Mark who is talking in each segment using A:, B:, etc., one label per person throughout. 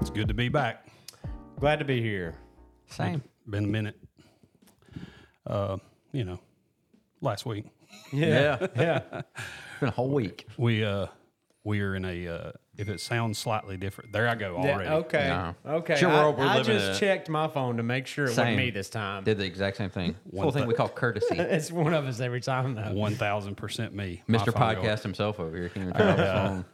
A: It's good to be back.
B: Glad to be here.
C: Same.
A: Been a minute. Uh, you know, last week
C: Yeah.
B: Yeah.
C: It's been a whole week.
A: we uh we are in a uh, if it sounds slightly different. There I go already.
B: Yeah, okay.
C: No.
B: Okay.
C: Sure, we're
B: I,
C: all- we're
B: I
C: living
B: just
C: it.
B: checked my phone to make sure it
C: Same.
B: wasn't me this time.
C: Did the exact same thing. It's a little thing we call courtesy.
B: it's one of us every time though.
A: One thousand percent me, My
C: Mr.
A: phone going.
C: Podcast himself over here. Can't even turn off his phone.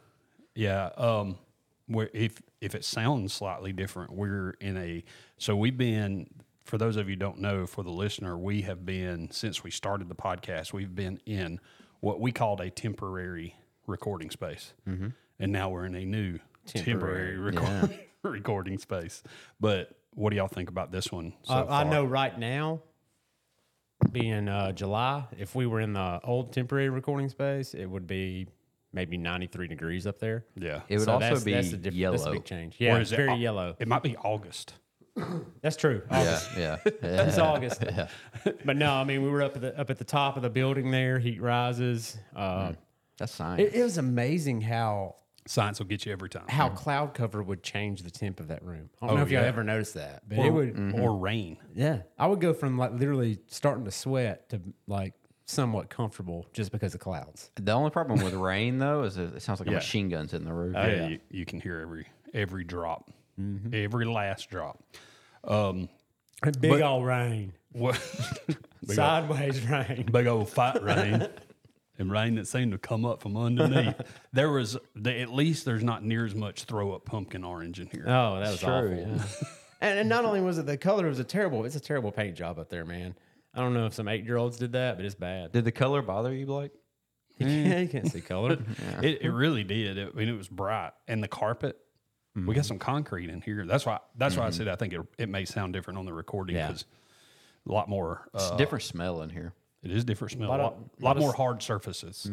A: Yeah. Um, we if if it sounds slightly different, we're in a so we've been for those of you who don't know for the listener, we have been since we started the podcast, we've been in what we called a temporary recording space, and now we're in a new temporary, record, recording space. But what do y'all think about this one? So
B: Uh, I
A: far?
B: know right now, being uh, July, if we were in the old temporary recording space, it would be maybe 93 degrees up there.
A: Yeah.
C: It would
B: So
C: also
B: that's,
C: be
B: that's the diff- That's a
C: yellow.
B: big change. Yeah, it's
A: it
B: very
A: Au-
B: yellow.
A: It might be August.
B: That's true.
C: Yeah, yeah.
B: It's
C: yeah.
B: August. But no, I mean, we were up at the, up at the top of the building there. Heat rises. Uh,
C: Hmm. That's
B: it,
C: science.
B: it was amazing how
A: Science will get you every time.
B: how cloud cover would change the temp of that room. I don't know if y'all
A: yeah.
B: ever noticed that, Oh, but
A: Or,
B: it would.
A: or rain.
B: Yeah, I would go from like literally starting to sweat to like somewhat comfortable just because of clouds.
C: The only problem with rain though is it it sounds like a
A: Yeah. Oh,
C: machine gun's in the roof.
A: Yeah, Mm-hmm. You, you can hear every every drop, every last drop. Um,
B: Big old rain,
A: what big, old,
B: sideways rain.
A: big old fight rain, and rain that seemed to come up from underneath. there was the, at least there's not near as much throw up pumpkin orange in here.
B: Oh, that was awful.
C: yeah.
B: And, and not only was it the color, it was a terrible. It's a terrible paint job up there, man. I don't know if some eight year olds did that, but it's bad.
C: Did the color bother you, Blake?
B: yeah, you can't see color.
A: It, it really did. It, I mean, it was bright, and the carpet. We got some concrete in here. That's why. That's why I said I think it, it may sound different on the recording
B: Yeah.
A: because a lot more.
C: It's
A: Uh,
C: a different smell in here.
A: It is different smell. A lot,
B: of- Mm-hmm.
A: lot more hard surfaces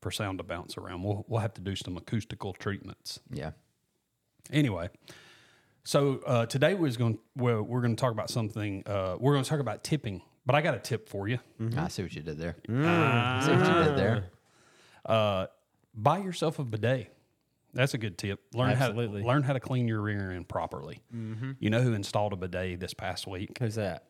A: for sound to bounce around. We'll we'll have to do some acoustical treatments.
C: Yeah.
A: Anyway, so uh, today we're going well, we're going to talk about something. Uh, we're going to talk about tipping, but I got a tip for you.
B: Mm.
C: I see what you did there. I see what you did there.
A: Uh, buy yourself a bidet. That's a good tip. Learn
B: Absolutely. Mm-hmm.
A: how to, learn how to clean your rear end properly. You know who installed a bidet this past week?
B: Who's that?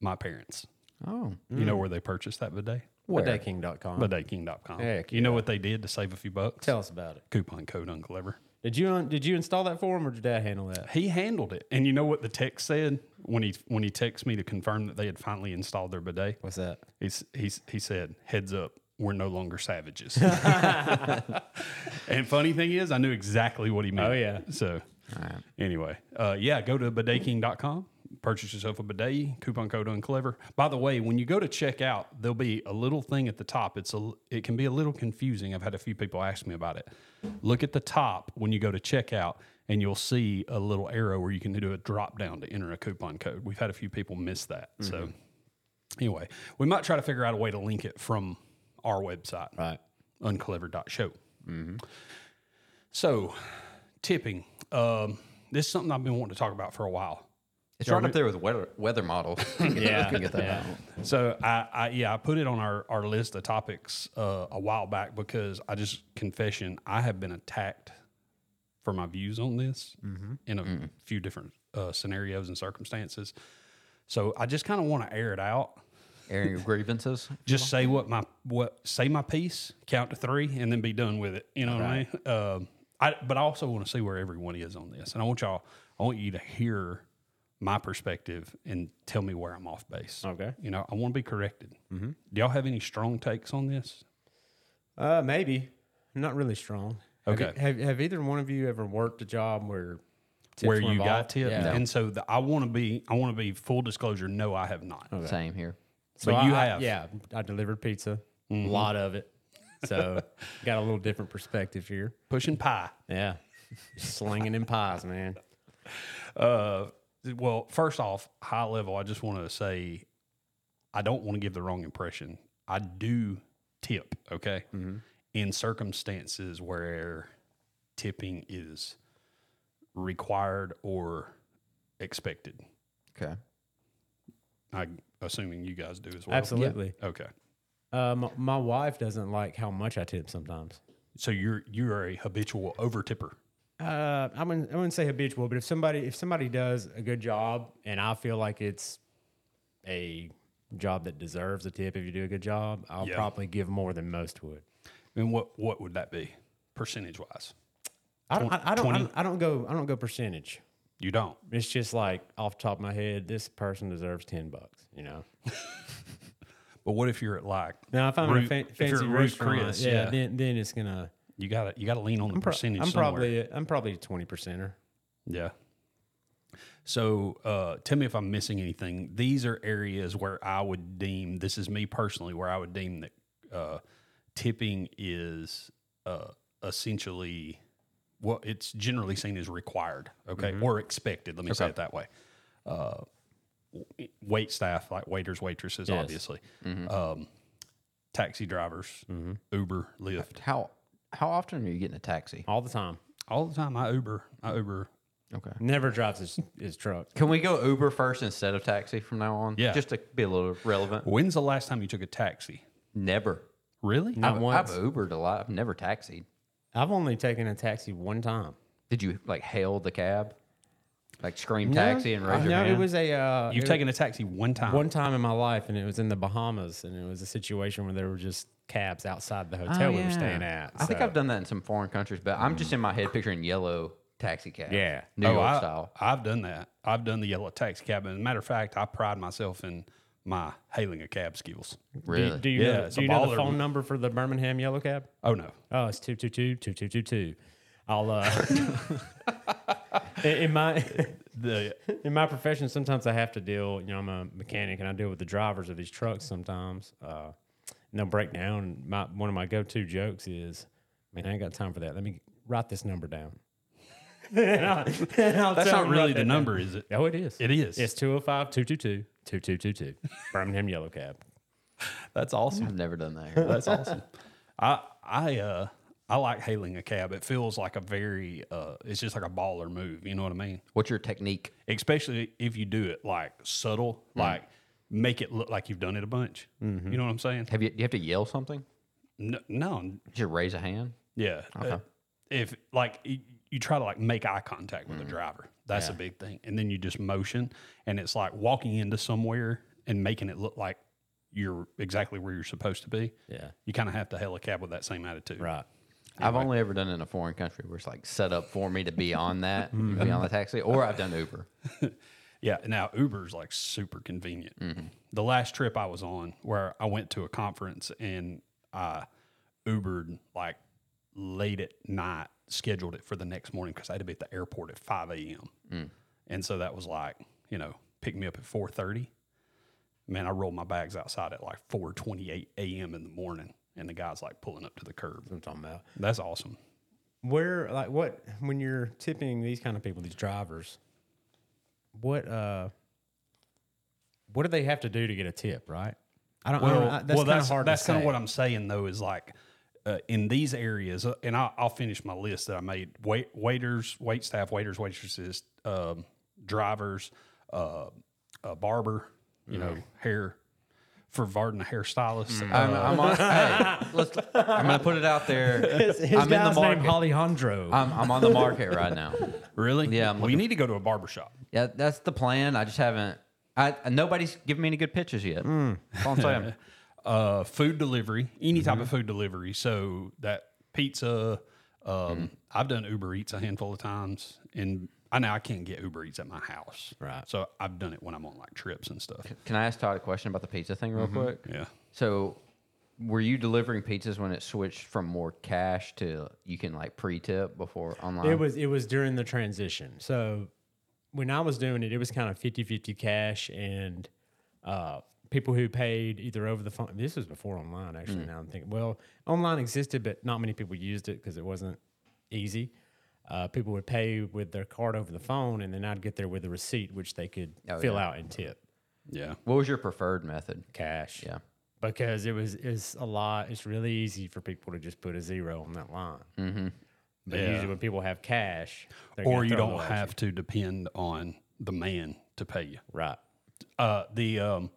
A: My parents.
C: Oh.
A: You
B: Mm.
A: know where they purchased that bidet?
B: Whatdayking.com.
A: BidetKing.com.
B: Heck
A: you know what they did to save a few bucks?
B: Tell us about it.
A: Coupon code unclever.
B: Did you un- did you install that for him, or did Dad handle that?
A: He handled it. And you know what the text said when he when he texted me to confirm that they had finally installed their bidet?
B: What's that?
A: He's, he's, he said, heads up, we're no longer savages. and funny thing is, I knew exactly what he meant.
B: Oh, yeah.
A: So, anyway, uh, yeah, go to bidetking.com, purchase yourself a bidet, coupon code unclever. By the way, when you go to check out, there'll be a little thing at the top. It's a, It can be a little confusing. I've had a few people ask me about it. Look at the top when you go to checkout. And you'll see a little arrow where you can do a drop down to enter a coupon code. We've had a few people miss that. So anyway, we might try to figure out a way to link it from our website,
B: Right.
A: unclever.show.
C: Mm-hmm.
A: So, tipping. Um, this is something I've been wanting to talk about for a while.
C: It's right up there with weather weather models.
B: Yeah.
C: Can get that
B: Yeah.
C: out.
A: So, I, I yeah, I put it on our, our list of topics uh, a while back because I just confession, I have been attacked for my views on this
C: Mm-hmm.
A: in a few different uh, scenarios and circumstances. So, I just kind of want to air it out.
C: Airing your grievances.
A: just say what my what say my piece, count to three, and then be done with it. You know what I mean? Um, I but I also want to see where everyone is on this, and I want y'all, I want you to hear my perspective and tell me where I'm off base.
B: Okay.
A: You know, I want to be corrected.
B: Mm-hmm.
A: Do y'all have any strong takes on this?
B: Uh, maybe. Not really strong. Have you-
A: Okay.
B: Have, have, either one of you ever worked a job where tips
A: where
B: were
A: you got
B: involved?
A: tipped,
B: Yeah.
A: and so the, I want to be, I want to be full disclosure. No, I have
B: Oh.
A: not.
C: Same here.
B: So
A: but
B: I,
A: you
B: I-
A: have. Mm-hmm.
B: yeah, I delivered pizza, a lot of it. So got a little different perspective here.
A: Pushing pie.
B: Yeah, slinging in pies, man.
A: Uh, well, first off, high level, I just want to say I don't want to give the wrong impression. I do tip, okay? In circumstances where tipping is required or expected.
C: Okay.
A: I assuming you guys do as well.
B: Absolutely.
A: Okay.
B: Uh, my, my wife doesn't like how much I tip sometimes.
A: So you're you are a habitual over tipper.
B: Uh, I wouldn't, I wouldn't say habitual, but if somebody if somebody does a good job and I feel like it's a job that deserves a tip if you do a good job, I'll
A: Yeah.
B: probably give more than most would.
A: And what what would that be percentage wise?
B: I don't, I, I don't, I
A: 20?
B: don't, I don't go, I don't go percentage.
A: You don't.
B: It's just like off the top of my head, this person deserves ten bucks. You know.
A: But what if you're at like
B: Now, if I'm
A: Root-
B: in a fa-
A: if you're
B: fancy
A: at Ruth
B: restaurant,
A: Chris,
B: yeah,
A: yeah.
B: Then, then it's gonna.
A: you got to you got to lean on the
B: I'm, pro-
A: percentage?
B: I'm
A: somewhere.
B: probably, I'm probably a twenty percenter.
A: Yeah. So uh, tell me if I'm missing anything. These are areas where I would deem this is me personally where I would deem that uh, tipping is uh, essentially well, it's generally seen as required, okay, or expected. Let me say it that way. Uh, wait staff, like waiters, waitresses,
B: Yes.
A: obviously, um, taxi drivers, Uber, Lyft.
C: How how often are you getting a taxi?
B: all the time.
A: All the time, I Uber, I Uber.
C: Okay.
B: Never drives his, his truck.
C: Can we go Uber first instead of taxi from now on?
A: Yeah.
C: Just to be a little relevant.
A: When's the last time you took a taxi?
C: Never.
A: Really?
B: Not
C: I've, I've
B: once.
C: Ubered a lot. I've never taxied.
B: I've only taken a taxi one time.
C: Did you like hail the cab? Like scream taxi and raise your
B: no,
C: hand?
B: it was a. Uh,
A: You've
B: it-
A: taken a taxi one time.
B: one time in my life, and it was in the Bahamas, and it was a situation where there were just cabs outside the
A: Oh,
B: hotel we were staying at.
C: I think
B: so-
C: I've done that in some foreign countries, but I'm just in my head picturing yellow taxi cabs.
B: Yeah.
C: New
A: Oh,
C: York
A: I,
C: style.
A: I've done that. I've done the yellow taxi cab. And as a matter of fact, I pride myself in my hailing a cab skills.
B: Do,
C: Really?
B: you- do you,
A: Yeah,
B: know,
A: it's
B: do
A: a
B: you know
A: baller.
B: the phone number for the Birmingham Yellow Cab?
A: Oh no,
B: Oh, it's 222 2222. I'll, uh, in- in my.
A: the
B: In my profession, sometimes I have to deal. You know, I'm a mechanic, and I deal with the drivers of these trucks sometimes. Uh, and they'll break down. And My one of my go-to jokes is, "Man, I ain't got time for that. Let me write this number down." And I'll- and I'll
A: that's
B: tell
A: not
B: them
A: really
B: right
A: the
B: then.
A: number, is it?
B: Oh, it is.
A: It is.
B: It's 205-222-2222. Birmingham Yellow Cab.
A: That's awesome.
C: I've never done that. That's awesome.
A: I I uh I like hailing a cab. It feels like a very uh, it's just like a baller move. You know what I mean?
C: What's your technique?
A: Especially if you do it like subtle,
C: Mm.
A: like make it look like you've done it a bunch.
C: Mm-hmm.
A: You know what I'm saying?
C: Have you do you have to yell something?
A: No, no
C: Just raise a hand?
A: Yeah. Uh, if like y- you try to like make eye contact with the driver, that's a big thing. And then you just motion, and it's like walking into somewhere and making it look like you're exactly where you're supposed to be.
B: Yeah.
A: You kind of have to hell a cab with that same attitude.
B: Right.
C: I've only ever done it in a foreign country where it's like set up for me to be on that,
B: Mm-hmm.
C: to be on the taxi, or I've done Uber.
A: Yeah. Now Uber's like super convenient. The last trip I was on, where I went to a conference and I Ubered like late at night, scheduled it for the next morning because I had to be at the airport at five a.m. And so that was like, you know, pick me up at four thirty. Man, I rolled my bags outside at like four twenty-eight a.m. in the morning, and the guy's like pulling up to the curb.
B: That's what I'm talking about.
A: That's awesome.
B: where like what when you're tipping these kind of people these drivers what uh what do they have to do to get a tip right i don't, I don't
A: Well,
B: I- that's
A: well,
B: kind
A: that's
B: of hard
A: that's
B: to
A: kind of
B: say.
A: what I'm saying though is like uh, in these areas, uh, and I'll, I'll finish my list that I made: wait, waiters, wait staff, waiters, waitresses, um, drivers, uh, a barber, you know,
C: Mm.
A: hair for Varden, a hairstylist.
C: I'm,
A: uh,
C: I'm on, hey, let's, I'm going to put it out there.
B: his, his
C: I'm in the
B: guy's
C: market.
B: name Alejandro.
C: I'm, I'm on the market right now.
A: really?
C: Yeah, I'm
A: well, you need to go to a barber shop.
C: Yeah, that's the plan. I just haven't. I, nobody's given me any good pitches yet. Hmm. That's all I'm saying.
A: uh, food delivery, any type
B: Mm-hmm.
A: of food delivery. So that pizza, um,
B: Mm-hmm.
A: I've done Uber Eats a handful of times, and I know I can't get Uber Eats at my house.
B: Right.
A: So I've done it when I'm on like trips and stuff.
C: Can I ask Todd a question about the pizza thing real quick?
A: Yeah.
C: So, were you delivering pizzas when it switched from more cash to you can like pre-tip before online?
A: Um,
B: it was it was during the transition so when i was doing it it was kind of 50-50 cash and uh people who paid either over the phone this was before online actually
A: Mm.
B: now i'm thinking well online existed but not many people used it because it wasn't easy uh, people would pay with their card over the phone and then i'd get there with a receipt which they could
A: Oh,
B: fill out and tip
A: Yeah.
C: what was your preferred method?
B: cash
C: Yeah.
B: because it was it's a lot it's really easy for people to just put a zero on that line mm-hmm. but
A: Yeah.
B: usually when people have cash they're
A: Or
B: gonna
A: you
B: throw
A: don't
B: those.
A: have to depend on the man to pay you.
B: right
A: Uh, the um,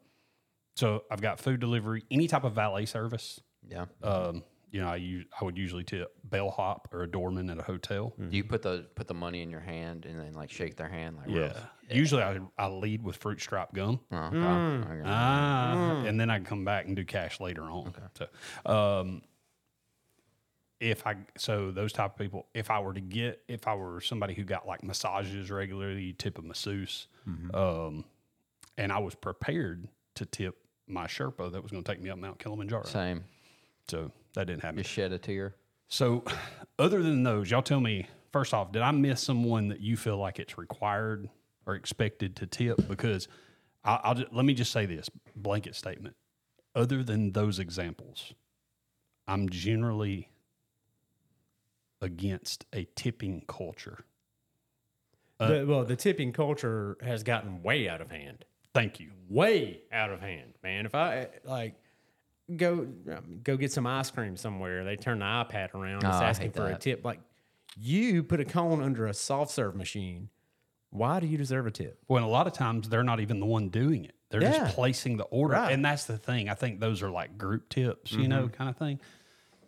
A: so I've got food delivery, any type of valet service.
B: Mm-hmm.
C: Yeah.
A: Um, you know, I u- I would usually tip bellhop or a doorman at a hotel.
B: Mm.
C: Do you put the put the money in your hand and then like shake their hand like
A: Yeah. Usually I, I lead with fruit stripe gum.
C: Oh, okay. Okay.
A: Ah, and then I can come back and do cash later on. So, um, if I so those type of people, if I were to get, if I were somebody who got like massages regularly, you tip a masseuse, um, and I was prepared to tip my Sherpa that was going to take me up Mount Kilimanjaro,
C: Same.
A: so that didn't happen.
C: Just shed a tear.
A: So, other than those, y'all tell me first off, did I miss someone that you feel like it's required or expected to tip? Because I, I'll just, let me just say this blanket statement. Other than those examples, I'm generally against a tipping culture.
B: The- well, the tipping culture has gotten way out of hand.
A: Thank you.
B: way out of hand, man. If I like go um, go get some ice cream somewhere, they turn the iPad around,
C: Oh,
B: it's
C: I
B: asking
C: hate
B: for a
C: that.
B: tip. Like you put a cone under a soft serve machine. Why do you deserve a tip?
A: When a lot of times they're not even the one doing it. They're
B: Yeah.
A: just placing the order.
B: Right. Mm-hmm.
A: And that's the thing. I think those are like group tips, you know, kind of thing.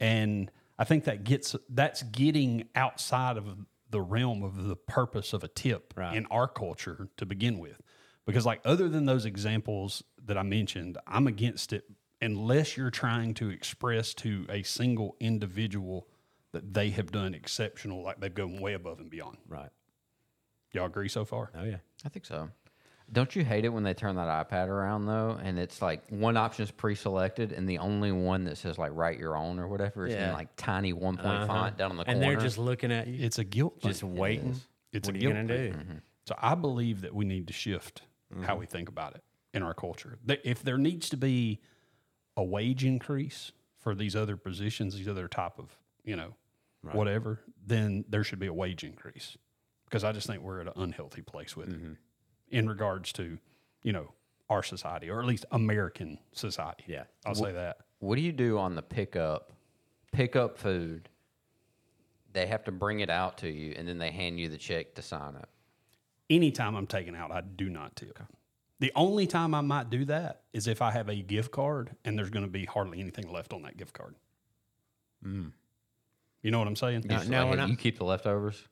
A: And I think that gets that's getting outside of the realm of the purpose of a tip
B: Right.
A: in our culture to begin with. Because like other than those examples that I mentioned, I'm against it unless you're trying to express to a single individual that they have done exceptional, like they've gone way above and beyond.
B: Right.
A: Y'all agree so far?
B: Oh yeah.
C: I think so. Don't you hate it when they turn that iPad around though, and it's like one option is pre-selected, and the only one that says like "write your own" or whatever is in
B: Yeah. Uh-huh.
C: like tiny one-point font down on the
B: And
C: corner.
B: they're just looking at you,
A: It's a guilt. thing.
B: just waiting.
A: It's
B: what
A: a
B: are you
A: guilt
B: gonna do? Mm-hmm.
A: So I believe that we need to shift how we think about it in our culture. That If there needs to be a wage increase for these other positions, these other type of you know whatever, then there should be a wage increase because I just think we're at an unhealthy place with
B: Mm-hmm.
A: it in regards to you know our society or at least American society.
B: Yeah.
A: I'll say that.
C: what do you do on the pickup? Pick up food. They have to bring it out to you, and then they hand you the check to sign it.
A: anytime I'm taken out, I do not tip. The only time I might do that is if I have a gift card and there's going to be hardly anything left on that gift card.
B: Mm.
A: You know what I'm saying?
C: You, just
B: no,
C: like,
B: we're
C: hey,
B: not-
C: you keep the leftovers.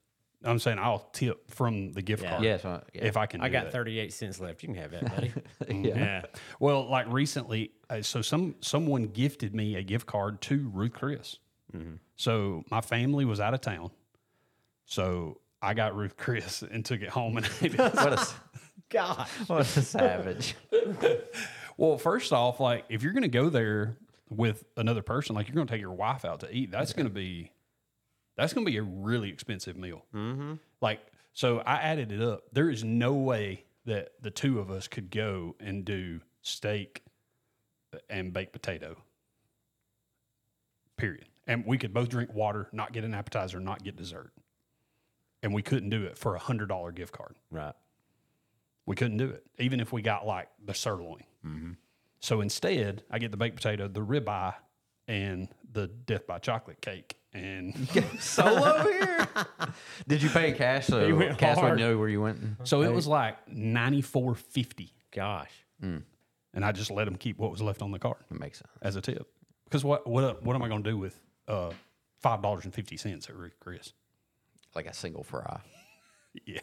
A: I'm saying I'll tip from the gift card
C: Yes, uh, yeah.
A: if I can.
B: I
A: do
B: got
A: that.
B: thirty eight cents left. You can have that, buddy.
C: yeah.
B: yeah.
A: Well, like recently, uh, so some someone gifted me a gift card to Ruth Chris.
B: Mm-hmm.
A: So my family was out of town, so I got Ruth Chris and took it home and ate it.
C: What a s-
B: God.
C: what a savage.
A: Well, first off, like if you're going to go there with another person, like you're going to take your wife out to eat, that's going to be that's going to be a really expensive meal. Mm-hmm. Like, so I added it up. There is no way that the two of us could go and do steak and baked potato. Period. And we could both drink water, not get an appetizer, not get dessert. And we couldn't do it for a hundred dollar gift card.
B: Right.
A: We couldn't do it, even if we got like the sirloin.
B: Mm-hmm.
A: So instead, I get the baked potato, the ribeye, and the death by chocolate cake. And
C: Solo here. Did you pay cash so
B: went
C: Cass would
B: hard.
C: know where you went?
A: so it was like ninety four fifty,
B: Gosh.
A: and I just let them keep what was left on the card
C: That makes sense.
A: as a tip. Because what what what am I going to do with uh, five dollars and fifty cents at Ruth Chris?
C: Like a single fry.
A: Yeah,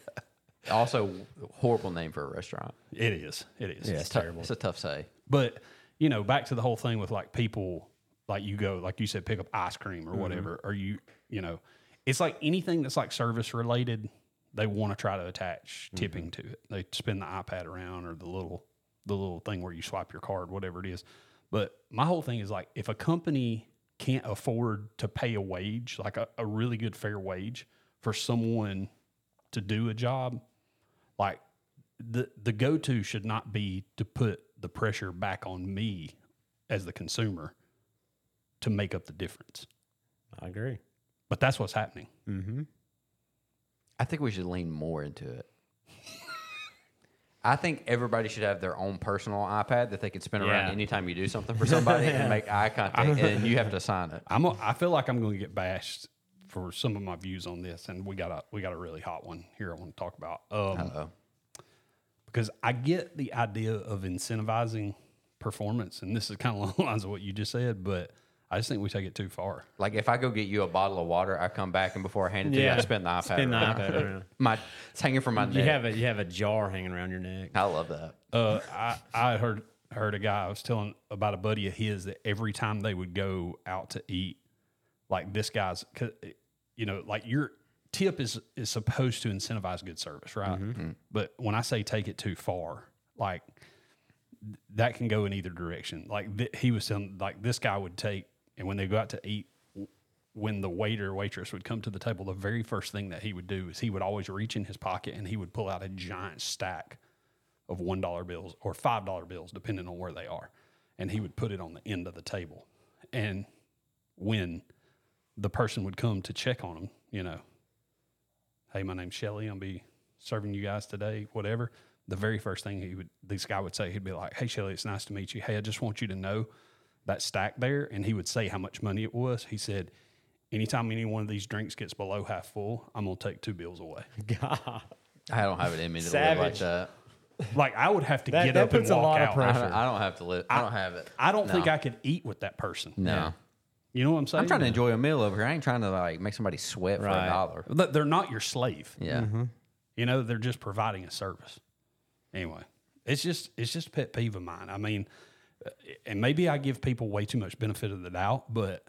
C: Also, horrible name for a restaurant.
A: it is. It is.
B: Yeah, it's
C: Tou-
B: terrible.
C: It's a tough say.
A: But you know, back to the whole thing with like people, like you go, like you said, pick up ice cream or whatever, or you, you know, it's like anything that's like service related, they want to try to attach tipping to it. They spin the iPad around or the little, the little thing where you swipe your card, whatever it is. But my whole thing is like, if a company can't afford to pay a wage, like a, a really good fair wage for someone to do a job, like the the go to should not be to put the pressure back on me as the consumer to make up the difference.
B: I agree.
A: But that's what's happening.
B: Mm-hmm.
C: I think we should lean more into it. I think everybody should have their own personal iPad that they can spin around
B: Yeah.
C: anytime you do something for somebody and make eye contact, and then you have to sign it.
A: I'm a, I feel like I'm going to get bashed for some of my views on this, and we got a we got a really hot one here. I want to talk about um,
C: Uh-oh.
A: because I get the idea of incentivizing performance, and this is kind of along the lines of what you just said, but I just think we take it too far.
C: Like if I go get you a bottle of water, I come back and before I hand it to you, I
B: Yeah.
C: spin the iPad.
B: Spin the
C: around.
B: iPad around.
C: My it's hanging from my
B: You
C: neck.
B: have a you have a jar hanging around your neck.
C: I love that.
A: Uh, I I heard heard a guy I was telling about a buddy of his that every time they would go out to eat, like this guy's, 'cause, you know, like your tip is is supposed to incentivize good service, right? But when I say take it too far, like th- that can go in either direction. Like th- he was telling, like this guy would take, and when they go out to eat. w- When the waiter or waitress would come to the table, the very first thing that he would do is he would always reach in his pocket and he would pull out a giant stack of one dollar bills or five dollar bills, depending on where they are, and he would put it on the end of the table. And when the person would come to check on him, you know, hey, my name's Shelly, I'm be serving you guys today, whatever. The very first thing he would, this guy would say, he'd be like, "Hey Shelly, it's nice to meet you. Hey, I just want you to know that stack there." And he would say how much money it was. He said. Anytime any one of these drinks gets below half full, I'm gonna take two bills away.
B: God,
C: I don't have it in me to live like
B: Savage.
C: that.
A: Like I would have to
B: That-
A: get
B: that
A: up and
B: puts a
A: walk
B: lot of
A: out.
B: pressure
C: I don't, I don't have to live. I, don't have it.
A: I don't think
C: No.
A: I could eat with that person.
C: No.
A: You know what I'm saying?
C: I'm trying to enjoy a meal over here. I ain't trying to like make somebody sweat for a
B: Right.
C: dollar.
A: Look, They're not your slave.
C: Yeah.
A: You know, they're just providing a service. Anyway, it's just it's just a pet peeve of mine. I mean, uh, and maybe I give people way too much benefit of the doubt, but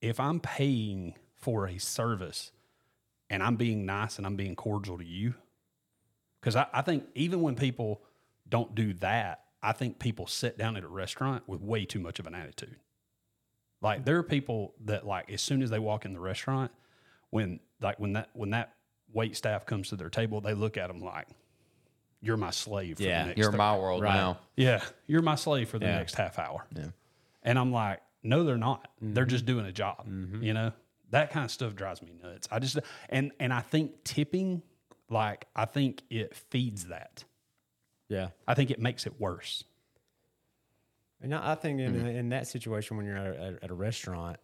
A: if I'm paying for a service and I'm being nice and I'm being cordial to you, because I, I think even when people don't do that, I think people sit down at a restaurant with way too much of an attitude. Like there are people that like as soon as they walk in the restaurant, when like when that when that wait staff comes to their table, they look at them like, "You're my slave." For
B: Yeah,
A: the next
C: You're
A: thir-
C: in my world
B: Right.
C: now.
A: yeah, you're my slave for the
B: Yeah.
A: next half hour. And I'm like, no, they're not. They're just doing a job. You know, that kind of stuff drives me nuts. I just and and I think tipping, like, I think it feeds that.
B: yeah.
A: I think it makes it worse.
B: And I I think in,
C: Mm-hmm.
B: in that situation, when you're at a, at a restaurant,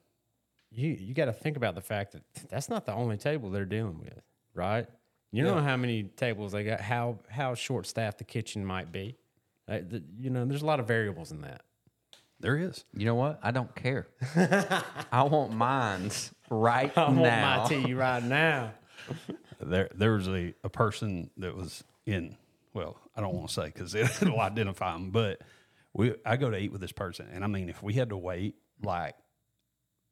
B: you you got to think about the fact that that's not the only table they're dealing with, right? You don't know how many tables they got, how how short staffed the kitchen might be. Uh, the, you know, there's a lot of variables in that.
A: There is.
C: You know what? I don't care. I want mines right now.
B: want my tea right now.
A: There there was a, a person that was in well, I don't want to say because it'll identify them, but we I go to eat with this person, and I mean, if we had to wait like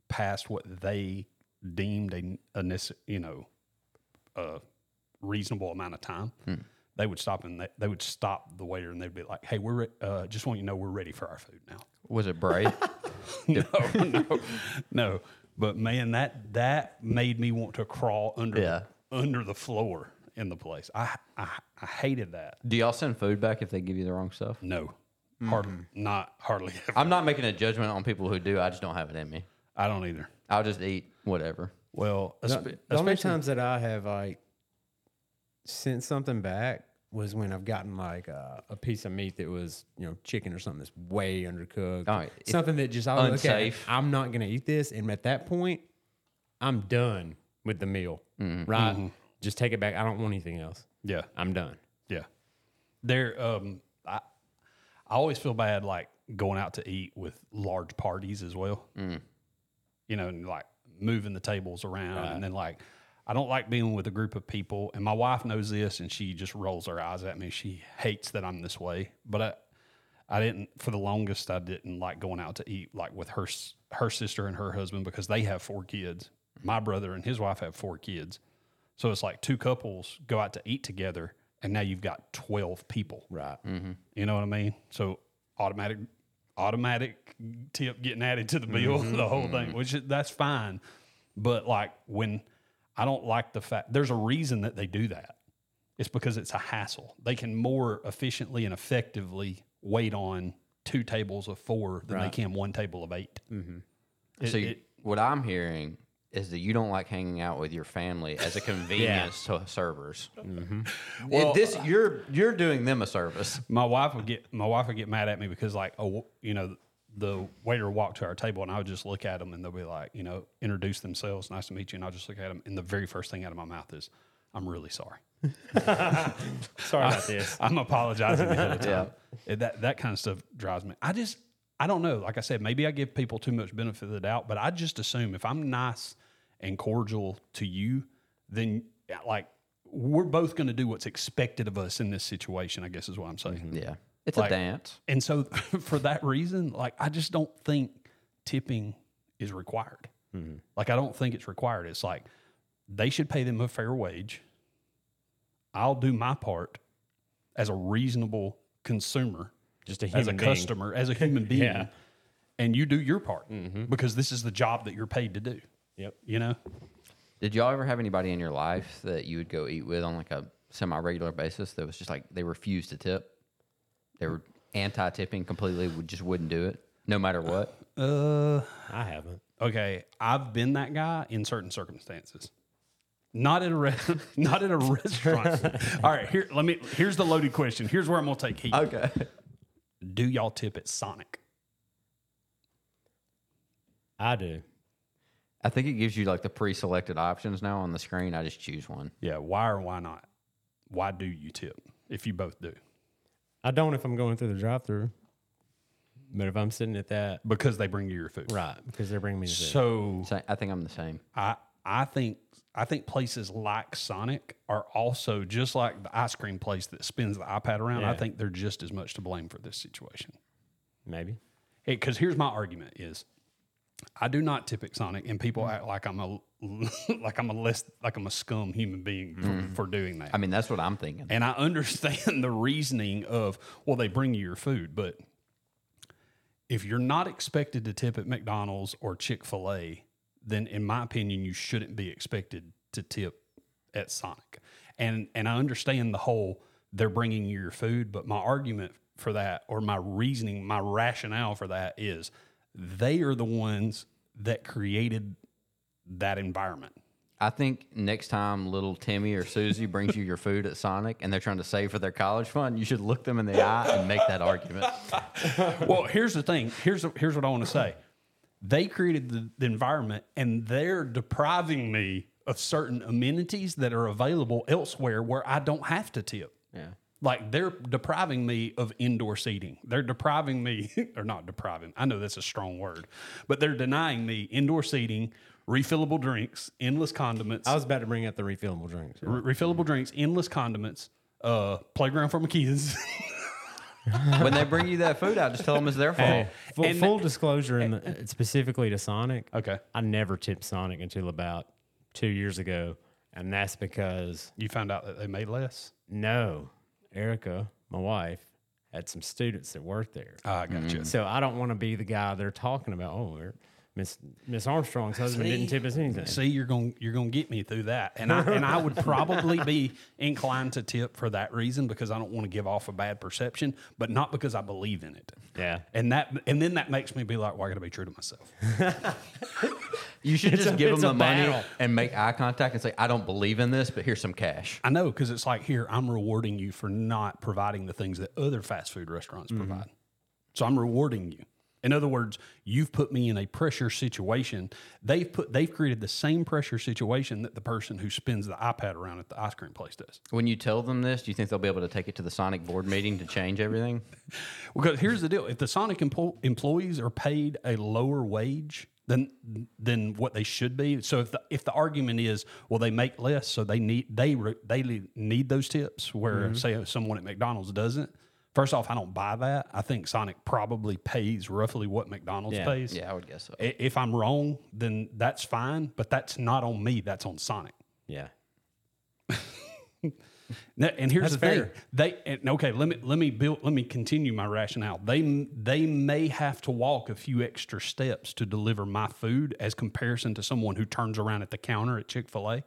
A: past what they deemed a, a nece- you know a reasonable amount of time, they would stop and they, they would stop the waiter and they'd be like, "Hey, we're re- uh, just want you to know we're ready for our food now."
C: Was it brave?
A: Oh, no, no, no. But man, that that made me want to crawl under
C: Yeah.
A: under the floor in the place. I, I I hated that.
C: Do y'all send food back if they give you the wrong stuff?
A: No, hardly not hardly ever.
C: I'm not making a judgment on people who do. I just don't have it in me.
A: I don't either.
C: I'll just eat whatever.
A: Well,
B: The-
A: espe-
B: the only
A: especially-
B: times that I have like sent something back was when I've gotten like a, a piece of meat that was you know chicken or something that's way undercooked,
C: Oh, it-
B: something that just I look at, it,
C: unsafe.
B: I'm not gonna eat this, and at that point, I'm done with the meal,
C: Mm-hmm.
B: right? Just take it back. I don't want anything else.
A: yeah,
B: I'm done.
A: yeah. There, um, I I always feel bad like going out to eat with large parties as well. You know, and like moving the tables around, and then like. I don't like being with a group of people, and my wife knows this, and she just rolls her eyes at me. She hates that I'm this way, but I, I didn't for the longest. I didn't like going out to eat like with her s- her sister and her husband because they have four kids. My brother and his wife have four kids, so it's like two couples go out to eat together, and now you've got twelve people.
B: Right.
A: You know what I mean? So automatic automatic tip getting added to the bill, the whole thing, which is, that's fine. But like when I don't like the fact there's a reason that they do that. It's because it's a hassle. They can more efficiently and effectively wait on two tables of four than they can one table of 8 It-
C: so you,
A: it-
C: what I'm hearing is that you don't like hanging out with your family as a convenience to servers. Well, this you're you're doing them a service.
A: my wife would get my wife would get mad at me because like oh you know the waiter walked to our table and I would just look at them and they'll be like you know introduce themselves nice to meet you and I'll just look at them and the very first thing out of my mouth is I'm really sorry
B: Sorry about this.
A: I'm apologizing ahead of time. It- That that kind of stuff drives me. I just I don't know. Like I said, maybe I give people too much benefit of the doubt, but I just assume if I'm nice and cordial to you, then like we're both going to do what's expected of us in this situation. I guess is what I'm saying.
C: Yeah. It's
A: Like-
C: a dance.
A: And so for that reason, like I just don't think tipping is required.
B: Mm-hmm.
A: Like I don't think it's required. It's like they should pay them a fair wage. I'll do my part as a reasonable consumer,
B: Just a human
A: as a
B: being.
A: customer, as a human being,
B: Yeah. Mm-hmm.
A: and you do your part because this is the job that you're paid to do.
B: Yep.
A: You know,
C: Did y'all ever have anybody in your life that you would go eat with on like a semi regular basis that was just like they refused to tip? They were anti tipping completely, would just wouldn't do it no matter what.
A: uh,
B: I haven't.
A: okay, I've been that guy in certain circumstances. Not at a re- not at a restaurant. All right, here let me here's the loaded question. Here's where I'm gonna take heat.
B: Oh.
C: Okay.
A: Do y'all tip at Sonic?
B: I do.
C: I think it gives you like the pre selected options now on the screen. I just choose one.
A: Yeah, why or why not? Why do you tip if you both do?
B: I don't if I'm going through the drive through. But if I'm sitting at that,
A: Because they bring you your food.
B: right, because they're bringing me the food.
A: So
C: So I think I'm the same.
A: I I think I think places like Sonic are also just like the ice cream place that spins the iPad around. I
B: Yeah.
A: think they're just as much to blame for this situation.
B: Maybe.
A: because here's my argument is I do not tip at Sonic, and people act like I'm a like I'm a less like I'm a scum human being for, for doing that.
C: I mean, that's what I'm thinking.
A: and I understand the reasoning of well, they bring you your food, but if you're not expected to tip at McDonald's or Chick Fil A, then in my opinion, you shouldn't be expected to tip at Sonic. And and I understand the whole they're bringing you your food, but my argument for that or my reasoning, my rationale for that is they are the ones that created that environment.
C: I think next time little Timmy or Susie brings you your food at Sonic and they're trying to save for their college fund, you should look them in the eye and make that argument.
A: well, here's the thing. Here's here's what I want to say. They created the, the environment, and they're depriving me of certain amenities that are available elsewhere where I don't have to tip.
B: Yeah.
A: Like they're depriving me of indoor seating. They're depriving me, or not depriving. I know that's a strong word, but they're denying me indoor seating, refillable drinks, endless condiments
B: I was about to bring up the refillable drinks.
A: re- refillable drinks, endless condiments, uh, playground for my kids.
C: when they bring you that food out, just tell them it's their fault.
B: Full,
A: And- eh,
B: full disclosure, in the, specifically to Sonic.
A: Okay.
B: I never tipped Sonic until about two years ago, and that's because
A: you found out that they made less.
B: no, Erica, my wife, had some students that worked there.
A: Ah, I gotcha.
B: So I don't want to be the guy they're talking about. Oh, Eric- Miss Miss Armstrong's husband didn't tip us anything.
A: See, you're going you're going to get me through that, and I and I would probably be inclined to tip for that reason because I don't want to give off a bad perception, but not because I believe in it.
B: Yeah.
A: And that and then that makes me be like, well, I got to be true to myself.
C: You should just
B: a-
C: give
B: it's
C: them the
B: a
C: money
B: battle.
C: and make eye contact and say, I don't believe in this, but here's some cash.
A: I know because it's like here I'm rewarding you for not providing the things that other fast food restaurants provide. So I'm rewarding you. In other words, you've put me in a pressure situation. They've put they've created the same pressure situation that the person who spins the iPad around at the ice cream place does.
C: When you tell them this, do you think they'll be able to take it to the Sonic board meeting to change everything?
A: Because here's the deal: if the Sonic empo- employees are paid a lower wage than than what they should be, so if the if the argument is, well, they make less, so they need they re, they le- need those tips, where
C: Mm-hmm.
A: say someone at McDonald's doesn't. First off, I don't buy that. I think Sonic probably pays roughly what McDonald's pays.
C: Yeah, I would guess so.
A: I- If I'm wrong, then that's fine, but that's not on me. That's on Sonic.
B: Yeah.
A: No, and here's
B: That's
A: the
B: fair.
A: thing: they and okay. Let me let me build. Let me continue my rationale. They they may have to walk a few extra steps to deliver my food as comparison to someone who turns around at the counter at Chick Fil A.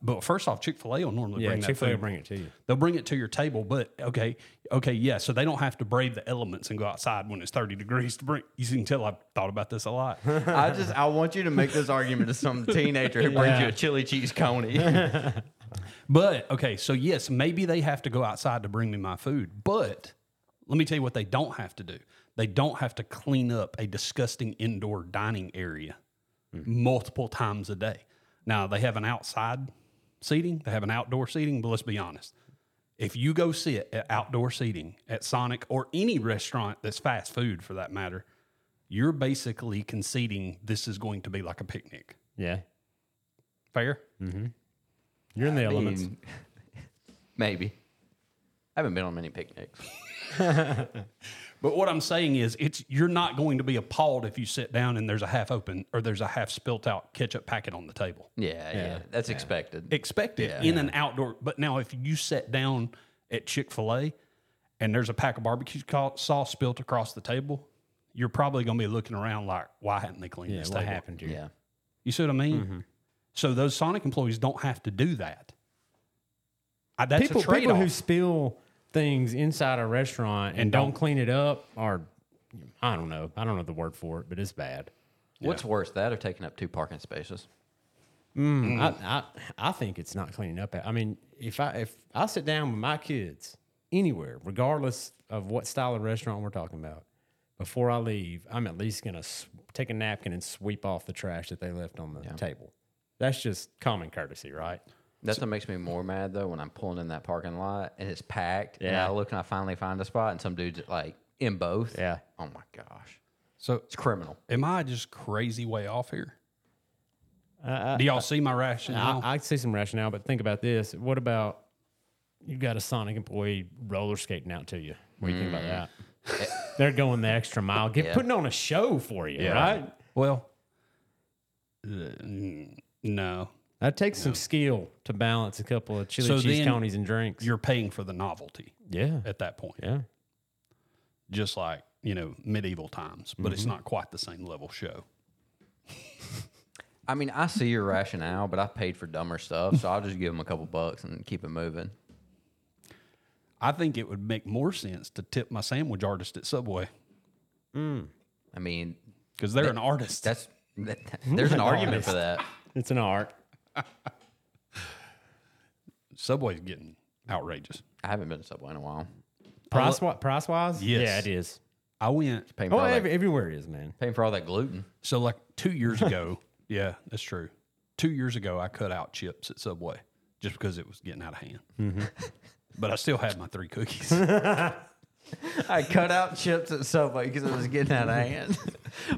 A: But first off, Chick Fil A will normally
B: Yeah.
A: bring that
B: Chick Fil A
A: food.
B: bring it to you.
A: They'll bring it to your table. But okay, okay, yeah. So they don't have to brave the elements and go outside when it's thirty degrees to bring. You can tell I've thought about this a lot.
C: I just I want you to make this argument to some teenager who brings you a chili cheese coney.
A: But okay, so yes, maybe they have to go outside to bring me my food. But let me tell you what they don't have to do. They don't have to clean up a disgusting indoor dining area multiple times a day. Now they have an outside seating, they have an outdoor seating, but let's be honest. If you go sit at outdoor seating at Sonic or any restaurant that's fast food for that matter, you're basically conceding this is going to be like a picnic.
B: Yeah.
A: Fair?
B: You're in the elements.
C: mean, maybe. I haven't been on many picnics.
A: But what I'm saying is, it's you're not going to be appalled if you sit down and there's a half open or there's a half spilt out ketchup packet on the table.
C: Yeah, yeah, that's expected.
A: Expect it in an outdoor. But now, if you sit down at Chick Fil A and there's a pack of barbecue ca- sauce spilt across the table, you're probably going to be looking around like, why hadn't they cleaned
B: Yeah, Mm-hmm.
A: this
B: what
A: table?
B: happened to you?
C: yeah,
A: You see what I mean? So those Sonic employees don't have to do that. I, that's
B: People,
A: a trade
B: people who
A: off.
B: spill things inside a restaurant and, don't,
A: don't-
B: clean it up are, I don't know. I don't know the word for it, but it's bad.
C: What's worse, that or taking up two parking spaces?
B: I, I I think it's not cleaning up. I mean, if I if I sit down with my kids anywhere, regardless of what style of restaurant we're talking about, before I leave, I'm at least gonna s- take a napkin and sweep off the trash that they left on the table. That's just common courtesy, right?
C: That's what makes me more mad though when I'm pulling in that parking lot and it's packed. And
B: Yeah.
C: I look and I finally find a spot and some dude's like in both.
B: Yeah.
C: Oh my gosh.
A: So,
C: It's criminal.
A: am I just crazy way off here?
B: I
A: Do y'all see my rationale?
B: Uh, I, I see some rationale, but think about this: what about you've got a Sonic employee roller skating out to you? What do
A: Mm.
B: you think about that? They're going the extra mile, get putting on a show for you, right?
A: Well, uh, n- no.
B: That takes some skill to balance a couple of chili
A: So
B: cheese
A: then
B: conies and drinks.
A: You're paying for the novelty
B: Yeah,
A: at that point,
B: yeah,
A: just like, you know, medieval times, but it's not quite the same level show.
C: I mean, I see your rationale, but I paid for dumber stuff, so I'll just give them a couple bucks and keep it moving.
A: I think it would make more sense to tip my sandwich artist at Subway
C: I mean,
A: because they're an artist.
C: that's that, there's an argument for that.
B: it's an art.
A: Subway's getting outrageous.
C: I haven't been to Subway in a while.
B: Price what? Price wise?
A: Yes.
B: yeah, it is.
A: I went,
C: Paying for,
B: Oh,
C: all,
B: ev-
C: that,
B: everywhere it is, man.
C: paying for all that gluten.
A: so like two years ago, yeah, that's true. Two years ago, I cut out chips at Subway just because it was getting out of hand. but I still had my three cookies.
C: I cut out chips at Subway because it was getting out of hand.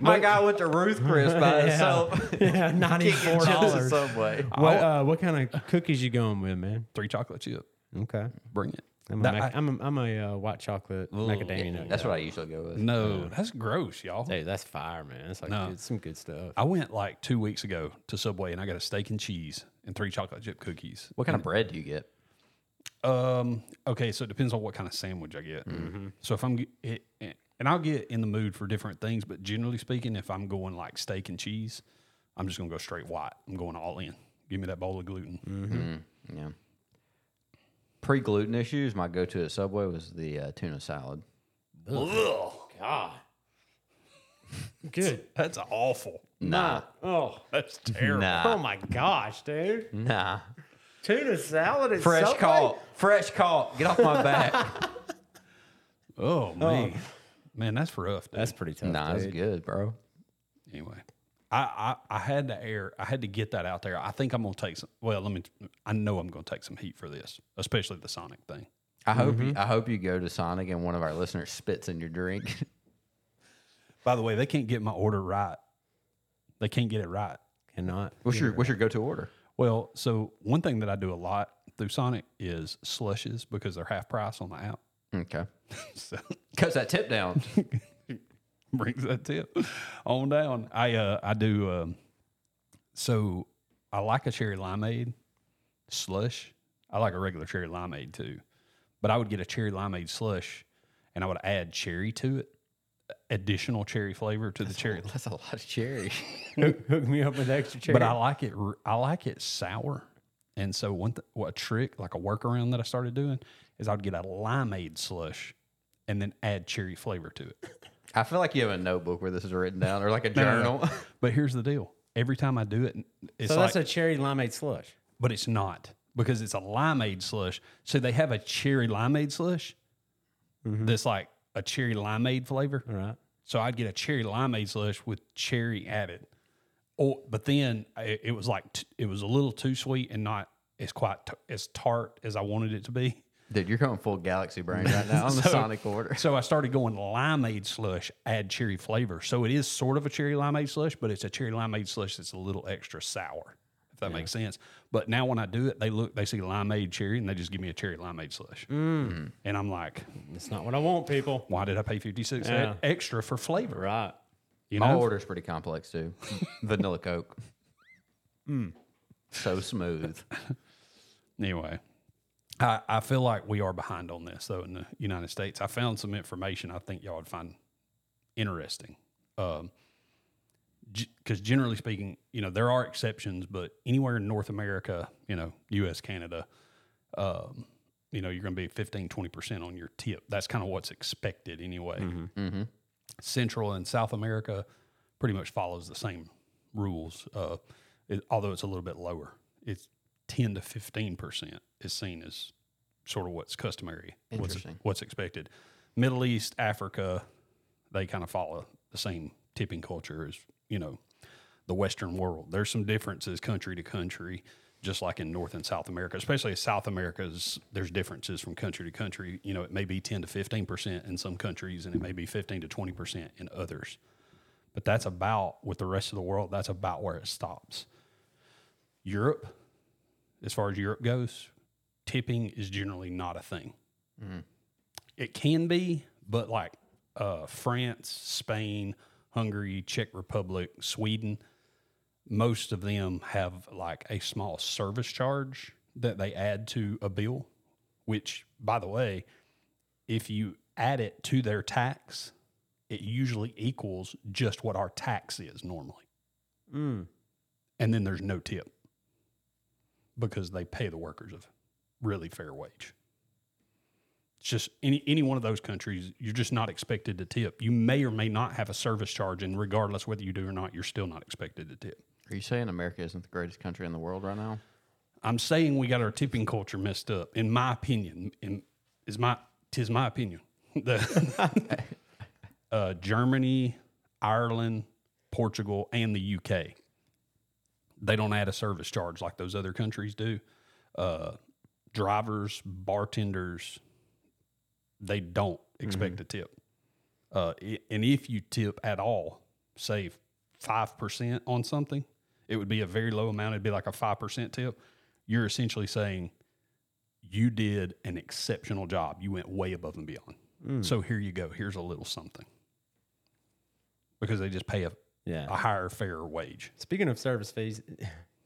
C: My guy went to Ruth Chris by himself.
B: Yeah, ninety
C: Kicking
B: four
C: chips at
B: dollars.
C: Subway.
B: What uh, what kind of cookies you going with, man?
A: three chocolate chip.
B: Okay,
A: Bring it.
B: I'm a,
A: That-
B: mac-
A: I-
B: I'm a, I'm a uh, white chocolate macadamia nut.
C: That's what I usually go with.
A: no, that's gross, y'all.
B: Dude, that's fire, man. That's like good, some good stuff.
A: I went like two weeks ago to Subway and I got a steak and cheese and three chocolate chip cookies.
C: What kind of bread do you get?
A: Um, okay, so it depends on what kind of sandwich I get. So if I'm ge- it, and I'll get in the mood for different things, but generally speaking, if I'm going like steak and cheese, I'm just gonna go straight white. I'm going all in. Give me that bowl of gluten.
C: Yeah. Pre gluten issues, my go to at Subway was the uh, tuna salad.
B: God, good.
A: That's awful.
B: Nah. Oh,
A: That's terrible.
B: oh
C: Nah.
B: my gosh, dude.
C: Nah.
B: Tuna salad is
C: Fresh caught. Fresh caught. Get off my back.
A: Oh man, man, that's rough. Dude.
B: That's pretty tough.
C: nah, it's good, bro.
A: anyway I, I i had to air i had to get that out there i think i'm gonna take some well let me i know i'm gonna take some heat for this especially the sonic thing
C: I hope you, I hope you go to Sonic and one of our listeners spits in your drink.
A: by the way they can't get my order right they can't get it right
B: Cannot.
C: what's your What's your go to order?
A: well so one thing that i do a lot through sonic is slushes because they're half price on the app
C: Okay.
A: so
C: Cuts that tip down.
A: brings that tip on down i uh i do um so i like a cherry limeade slush. I like a regular cherry limeade too, but I would get a cherry limeade slush, and I would add cherry to it, additional cherry flavor to the cherry.
C: That's a lot of cherry.
B: hook, hook me up with extra cherry.
A: But I like it. r- I like it sour. And so one th- what a trick, like a workaround that I started doing is I would get a limeade slush, and then add cherry flavor to it.
C: I feel like you have a notebook where this is written down or like a
A: no,
C: journal.
A: no. But here's the deal: every time I do it, it's
B: so
A: like,
B: that's a cherry limeade slush.
A: but it's not because it's a limeade slush. So they have a cherry limeade slush
B: Mm-hmm.
A: that's like a cherry limeade flavor.
B: All right.
A: So I'd get a cherry limeade slush with cherry added. Or, but then it, it was like t- it was a little too sweet and not as quite t- as tart as I wanted it to be.
C: Dude, you're going full galaxy brain right now on the
A: So-
C: Sonic order.
A: So I started going limeade slush, add cherry flavor. So it is sort of a cherry limeade slush, but it's a cherry limeade slush that's a little extra sour, if that makes sense. But now when I do it, they look, they see limeade cherry, and they just give me a cherry limeade slush,
B: Mm.
A: and I'm like,
B: It's not what I want, people.
A: why did I pay fifty six
B: Yeah.
A: extra for flavor?
B: Right.
A: You
C: My
A: know,
C: order's pretty complex too. Vanilla Coke.
A: Mm.
C: So smooth.
A: anyway. I, I feel like we are behind on this though in the United States. I found some information I think y'all would find interesting. Um, because generally speaking, you know, there are exceptions, but anywhere in North America, you know, US, Canada, um, you know, you're going to be 15, 20% on your tip. That's kind of what's expected anyway. Central and South America pretty much follows the same rules, uh, it, although it's a little bit lower. It's 10 to 15% is seen as sort of what's customary, what's,
C: Interesting.
A: what's expected. Middle East, Africa, they kind of follow the same tipping culture as you know the Western world. There's some differences country to country, just like in North and South America, especially South America's. There's differences from country to country. You know, it may be 10 to 15 percent in some countries, and it may be 15 to 20 percent in others. But that's about with the rest of the world. That's about where it stops. Europe, as far as Europe goes, tipping is generally not a thing. It can be, but like uh, France, Spain, Hungary, Czech Republic, Sweden, most of them have like a small service charge that they add to a bill, which, by the way, if you add it to their tax, it usually equals just what our tax is normally.
B: Mm.
A: And then there's no tip because they pay the workers a really fair wage. It's just any any one of those countries, you're just not expected to tip. You may or may not have a service charge, and regardless whether you do or not, you're still not expected to tip.
C: Are you saying America isn't the greatest country in the world right now?
A: I'm saying we got our tipping culture messed up, in my opinion. In is my tis my opinion. The- uh, Germany, Ireland, Portugal, and the UK. They don't add a service charge like those other countries do. Uh, drivers, bartenders, they don't expect a tip. Uh, i- and if you tip at all, say 5% on something, it would be a very low amount. It'd be like a 5% tip. You're essentially saying you did an exceptional job. You went way above and beyond. So here you go. Here's a little something because they just pay a,
B: Yeah.
A: a higher, fairer wage.
B: Speaking of service fees,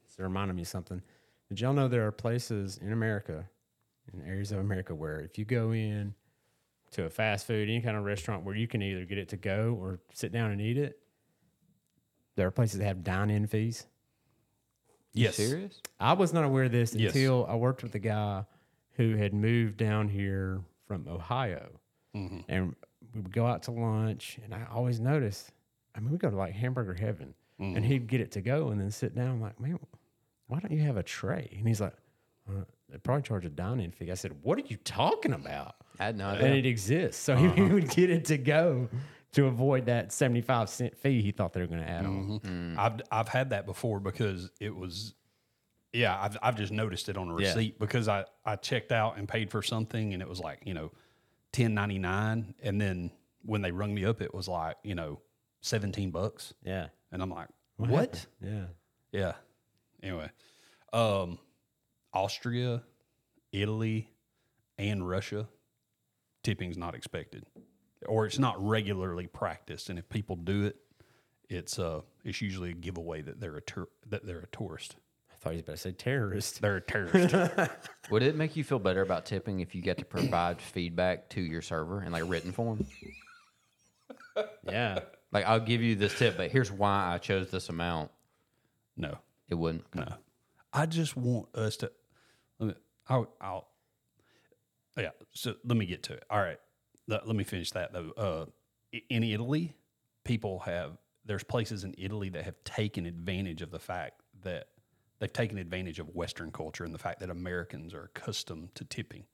B: it's reminding me of something. Did y'all know there are places in America, in areas of America, where if you go in to a fast food, any kind of restaurant where you can either get it to go or sit down and eat it, there are places that have dine in fees.
A: Yes.
C: Serious?
B: I was not aware of this
A: Yes.
B: until I worked with a guy who had moved down here from Ohio.
A: Mm-hmm.
B: And we would go out to lunch, and I always noticed I mean, we go to like hamburger heaven,
A: Mm-hmm.
B: and he'd get it to go and then sit down. I'm like, man, why don't you have a tray? And he's like, uh, they probably charge a dining fee. I said, what are you talking about?
C: I had no
A: Uh,
B: And
C: idea.
B: it exists. So he
A: Uh-huh.
B: would get it to go to avoid that 75 cent fee he thought they were going to add
A: Mm-hmm.
B: on.
A: I've I've had that before because it was, yeah. I've I've just noticed it on a receipt because I I checked out and paid for something and it was like you know, ten ninety nine, and then when they rung me up, it was like you know, seventeen bucks,
B: Yeah.
A: and I'm like,
B: What
A: what?
B: happened? Yeah.
A: Yeah. Anyway, um, Austria, Italy, and Russia, tipping's not expected, or it's not regularly practiced. And if people do it, it's uh, it's usually a giveaway that they're a tour- that they're a tourist.
B: I thought he was about to say terrorist.
A: They're a terrorist.
C: Would it make you feel better about tipping if you get to provide feedback to your server in like written form?
B: Yeah.
C: Like I'll give you this tip, but here's why I chose this amount.
A: no.
C: It wouldn't.
A: No, I just want us to. Let me, I'll, I'll. Yeah. So let me get to it. All right. Let, let me finish that though. Uh, i- in Italy, people have there's places in Italy that have taken advantage of the fact that they've taken advantage of Western culture and the fact that Americans are accustomed to tipping.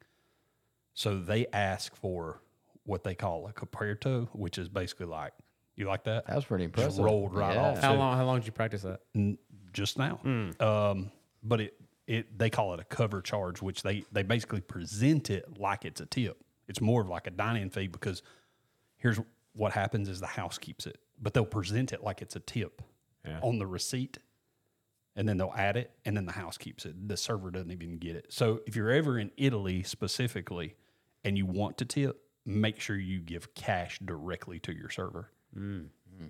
A: So they ask for what they call a coperto, which is basically like you like that.
C: That was pretty
A: Just
C: impressive.
A: rolled right
C: Yeah.
A: off.
B: How
A: So-
B: long? How long did you practice that?
A: n- just now. Um, but it it they call it a cover charge, which they they basically present it like it's a tip. It's more of like a dine-in fee because here's what happens is the house keeps it, but they'll present it like it's a tip
B: Yeah.
A: on the receipt, and then they'll add it, and then the house keeps it. The server doesn't even get it. So if you're ever in Italy specifically, and you want to tip, make sure you give cash directly to your server.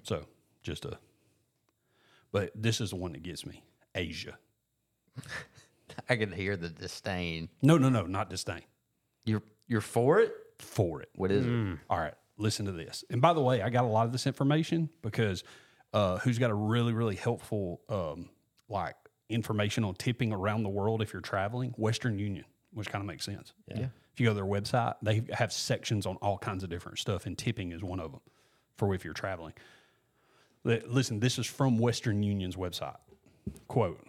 A: So just a. But this is the one that gets me Asia.
C: I could hear the disdain.
A: No, no, no, not disdain
C: You're you're for it.
A: for it.
C: What is
B: Hmm.
C: it?
A: All right, listen to this. And by the way, I got a lot of this information because uh, who's got a really, really helpful um, like information on tipping around the world if you're traveling? Western Union, which kind of makes sense.
B: Yeah.
A: If you go to their website, they have sections on all kinds of different stuff, and tipping is one of them for if you're traveling. Li- Listen, this is from Western Union's website. Quote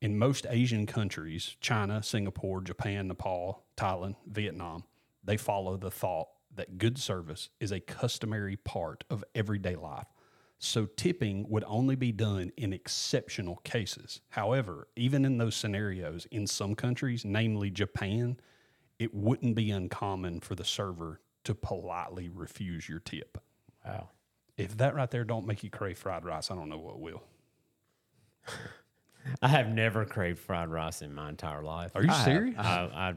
A: In most Asian countries, China, Singapore, Japan, Nepal, Thailand, Vietnam, they follow the thought that good service is a customary part of everyday life. So tipping would only be done in exceptional cases. However, even in those scenarios, in some countries, namely Japan, it wouldn't be uncommon for the server to politely refuse your tip.
B: Wow.
A: If that right there don't make you crave fried rice, I don't know what will.
B: I have never craved fried rice in my entire life.
A: Are you serious?
B: I, I,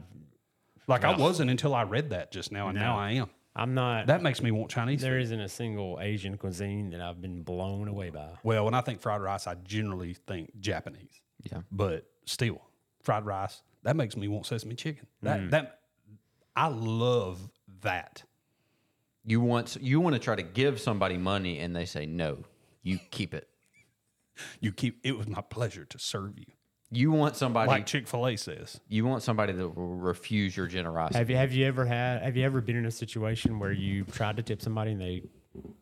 A: like I wasn't until I read that just now, and now I am.
B: I'm not.
A: That makes me want Chinese.
B: there
A: food.
B: isn't a single Asian cuisine that I've been blown away by.
A: Well, when I think fried rice, I generally think Japanese.
C: Yeah.
A: But still, fried rice that makes me want sesame chicken. That
B: Mm.
A: that I love that.
C: You want you want to try to give somebody money and they say no. You keep it.
A: You keep it was my pleasure to serve you,
C: You want somebody.
A: like Chick Fil A says.
C: you want somebody that will refuse your generosity.
B: Have you have you ever had have you ever been in a situation where you tried to tip somebody and they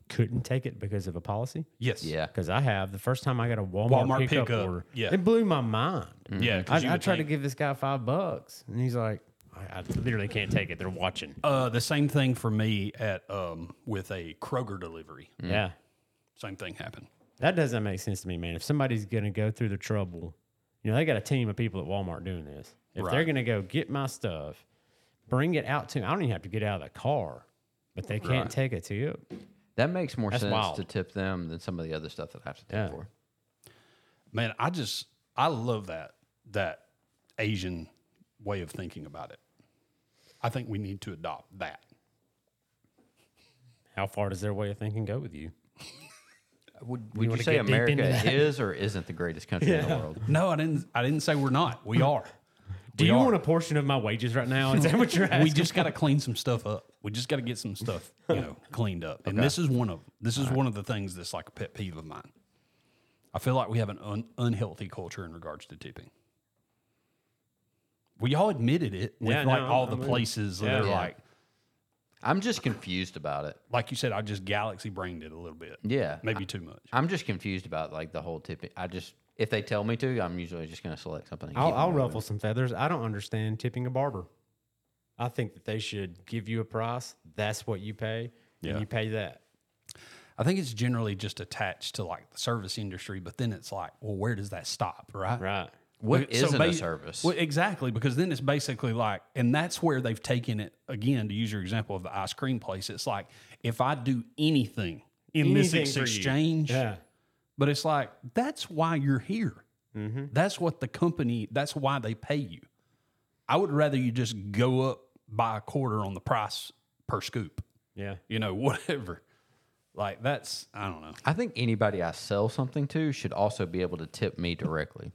B: couldn't take it because of a policy?
A: Yes.
C: yeah.
B: Because I have the first time I got a Walmart,
A: Walmart
B: pickup, Mm.
A: pickup,
B: order,
A: yeah.
B: it blew my mind.
A: Yeah.
B: Mm-hmm. I, I
A: 'cause you
B: tried
A: would
B: to
A: think-
B: give this guy five bucks, and he's like, I, I literally can't take it. They're watching.
A: Uh, the same thing for me at um with a Kroger delivery.
B: Yeah,
A: Same thing happened.
B: that doesn't make sense to me, man. If somebody's gonna go through the trouble, you know they got a team of people at Walmart doing this. If they're
A: Right.
B: gonna go get my stuff, bring it out to me. I don't even have to get out of the car, but they can't
A: Right.
B: take it to you.
C: That makes more
B: That's
C: sense
B: wild.
C: to tip them than some of the other stuff that I have to tip
B: Yeah.
C: for.
A: Man, I just I love that that Asian way of thinking about it. I think we need to adopt that.
B: How far does their way of thinking go with you?
C: Would, would you,
B: wanna
C: say
B: get deep into
C: America
B: that?
C: is or isn't the greatest country in the world?
A: No, I didn't I didn't say we're not. We are.
B: Do
A: We
B: you
A: are.
B: want a portion of my wages right now? Is that what you're asking?
A: we just got to clean some stuff up. We just got to get some stuff, you know, cleaned up. And this is one of this is one of the things that's like a pet peeve of mine. I feel like we have an un, unhealthy culture in regards to tipping. We all admitted it with
B: Yeah, no,
A: like all
B: I'm-
A: the
B: I'm with you.
A: places
B: Yeah.
A: that are
C: Yeah.
A: like
C: I'm just confused about it.
A: like you said, I just galaxy brained it a little bit.
C: Yeah.
A: Maybe too much.
C: I'm just confused about like the whole tipping. I just if they tell me to, I'm usually just going to select something. and
B: I'll,
C: keep it
B: I'll
C: moving.
B: ruffle some feathers. I don't understand tipping a barber. I think that they should give you a price. That's what you pay.
A: Yeah.
B: And you pay that.
A: I think it's generally just attached to like the service industry, but then it's like, well, where does that stop, right?
B: Right.
C: What
A: So
C: isn't a
A: ba-
C: service?
A: Well, exactly, because then it's basically like, and that's where they've taken it again. To use your example of the ice cream place, it's like if I do anything in
B: Anything
A: this
B: for you.
A: exchange,
B: Yeah.
A: but it's like that's why you're here.
B: Mm-hmm.
A: That's what the company. That's why they pay you. I would rather you just go up by a quarter on the price per scoop.
B: Yeah.
A: You know, whatever. Like that's I don't know.
C: I think anybody I sell something to should also be able to tip me directly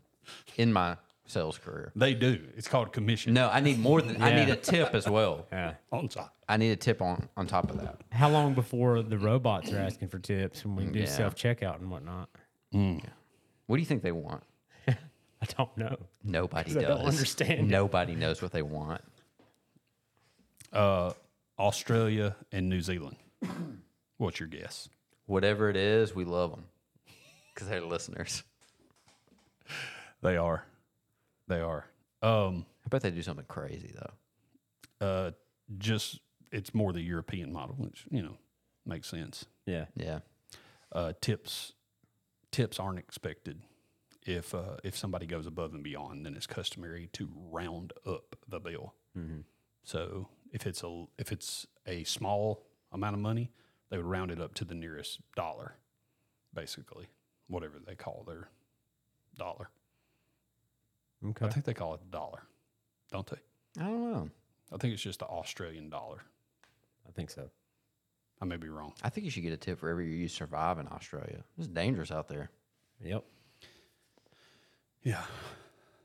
C: in my sales career.
A: They do. It's called commission
C: No, I need more than I need
B: Yeah.
C: a tip as well.
B: Yeah.
A: on top.
C: I need a tip on on top of that.
B: How long before the robots are asking for tips when we do
C: Yeah.
B: self checkout and whatnot?
C: What do you think they want?
B: I don't know.
C: Nobody
B: 'Cause I
C: does.
B: don't understand it.
C: Nobody knows what they want.
A: Uh, Australia and New Zealand. What's your guess?
C: Whatever it is, we love them because they're listeners.
A: They are. They are. Um,
C: I bet they do something crazy though.
A: uh, just it's more the European model, which you know makes sense.
B: Yeah.
C: Yeah.
A: Uh, tips, tips aren't expected if uh, if somebody goes above and beyond, then it's customary to round up the bill. So if it's a if it's a small amount of money, they would round it up to the nearest dollar, basically, whatever they call their dollar.
B: Okay.
A: I think they call it the dollar, don't they?
C: I don't know.
A: I think it's just the Australian dollar.
B: I think so.
A: I may be wrong.
C: I think you should get a tip for every year you survive in Australia. It's dangerous out there.
B: Yep.
A: Yeah.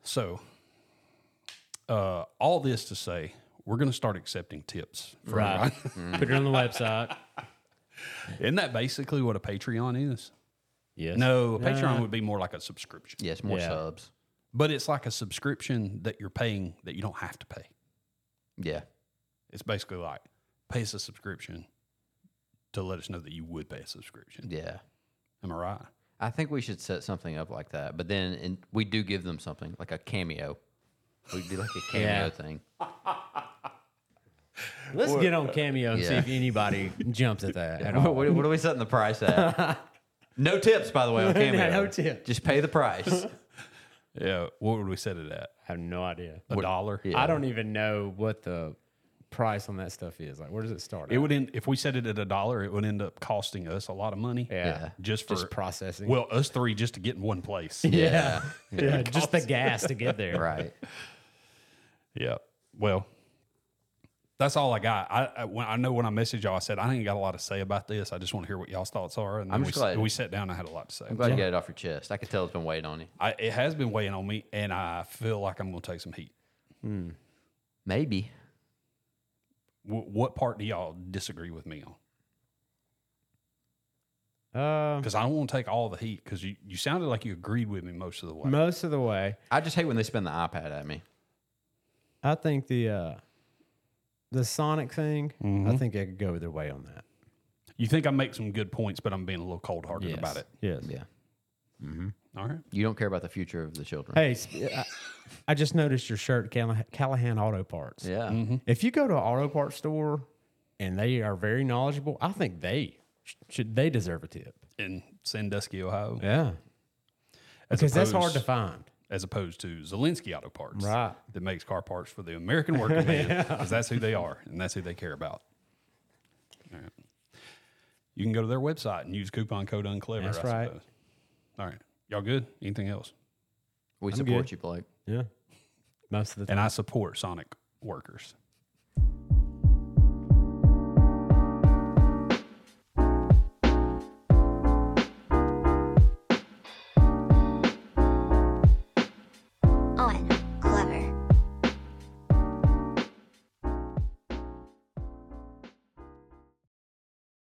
A: So, uh, all this to say, we're going to start accepting tips. From
B: Right. Put it on the website.
A: Isn't that basically what a Patreon is?
B: Yes.
A: No, a
B: No.
A: Patreon would be more like a subscription,
C: Yes, more
B: Yeah.
C: subs.
A: but it's like a subscription that you're paying that you don't have to pay.
C: Yeah.
A: It's basically like pay us a subscription to let us know that you would pay a subscription.
C: Yeah.
A: Am I right?
C: I think we should set something up like that. But then and we do give them something like a cameo. We do like a cameo
B: Yeah.
C: thing.
B: Let's get on Cameo and see
C: Yeah.
B: if anybody jumps at that at
C: What,
B: all.
C: what, what are we setting the price at? no tips, by the way, on cameo.
B: no tip.
C: Just pay the price.
A: Yeah. What would we set it at?
B: I have no idea.
A: A dollar.
C: yeah.
B: I don't even know what the price on that stuff is. Like, where does it start?
A: It
B: at?
A: would end if we set it at a dollar. It would end up costing us a lot of money.
B: yeah.
C: Yeah.
A: Just for
B: Just processing.
A: well, us three just to get in one place.
B: yeah. Yeah. Just the gas to get there.
C: right.
A: Yeah. Well, that's all I got. I I, when, I know when I messaged y'all, I said I ain't got a lot to say about this. I just want to hear what y'all's thoughts are. And then
C: I'm
A: we,
C: just glad-
A: we sat down. and I had a lot to say.
C: I'm glad you got it off your chest. I could tell it's been weighing on you.
A: I, it has been weighing on me, and I feel like I'm going to take some heat.
B: Hmm.
C: Maybe.
A: W- what part do y'all disagree with me on?
B: Um,
A: Because I don't want to take all the heat. Because you, you sounded like you agreed with me most of the way.
B: most of the way.
C: I just hate when they spin the iPad at me.
B: I think the uh, the Sonic thing. I think I could go either way on that.
A: You think I make some good points, but I'm being a little cold hearted about it.
B: Yes.
C: Yeah.
A: All right.
C: You don't care about the future of the children.
B: Hey, sp- I, I just noticed your shirt, Callahan, Callahan Auto Parts.
C: Yeah.
B: If you go to an auto parts store and they are very knowledgeable, I think they sh- should they deserve a tip.
A: In Sandusky, Ohio,
B: Yeah.
A: As
B: Because that's hard
A: opposed-
B: to find.
A: as opposed to Zelensky Auto Parts,
B: Right.
A: That makes car parts for the American working man because that's who they are and that's who they care about. All right. You can go to their website and use coupon code Unclever.
B: That's
A: I
B: right.
A: Suppose. All right, y'all good? Anything else?
C: We support you, Blake.
B: Yeah. Most of the time.
A: And I support Sonic workers.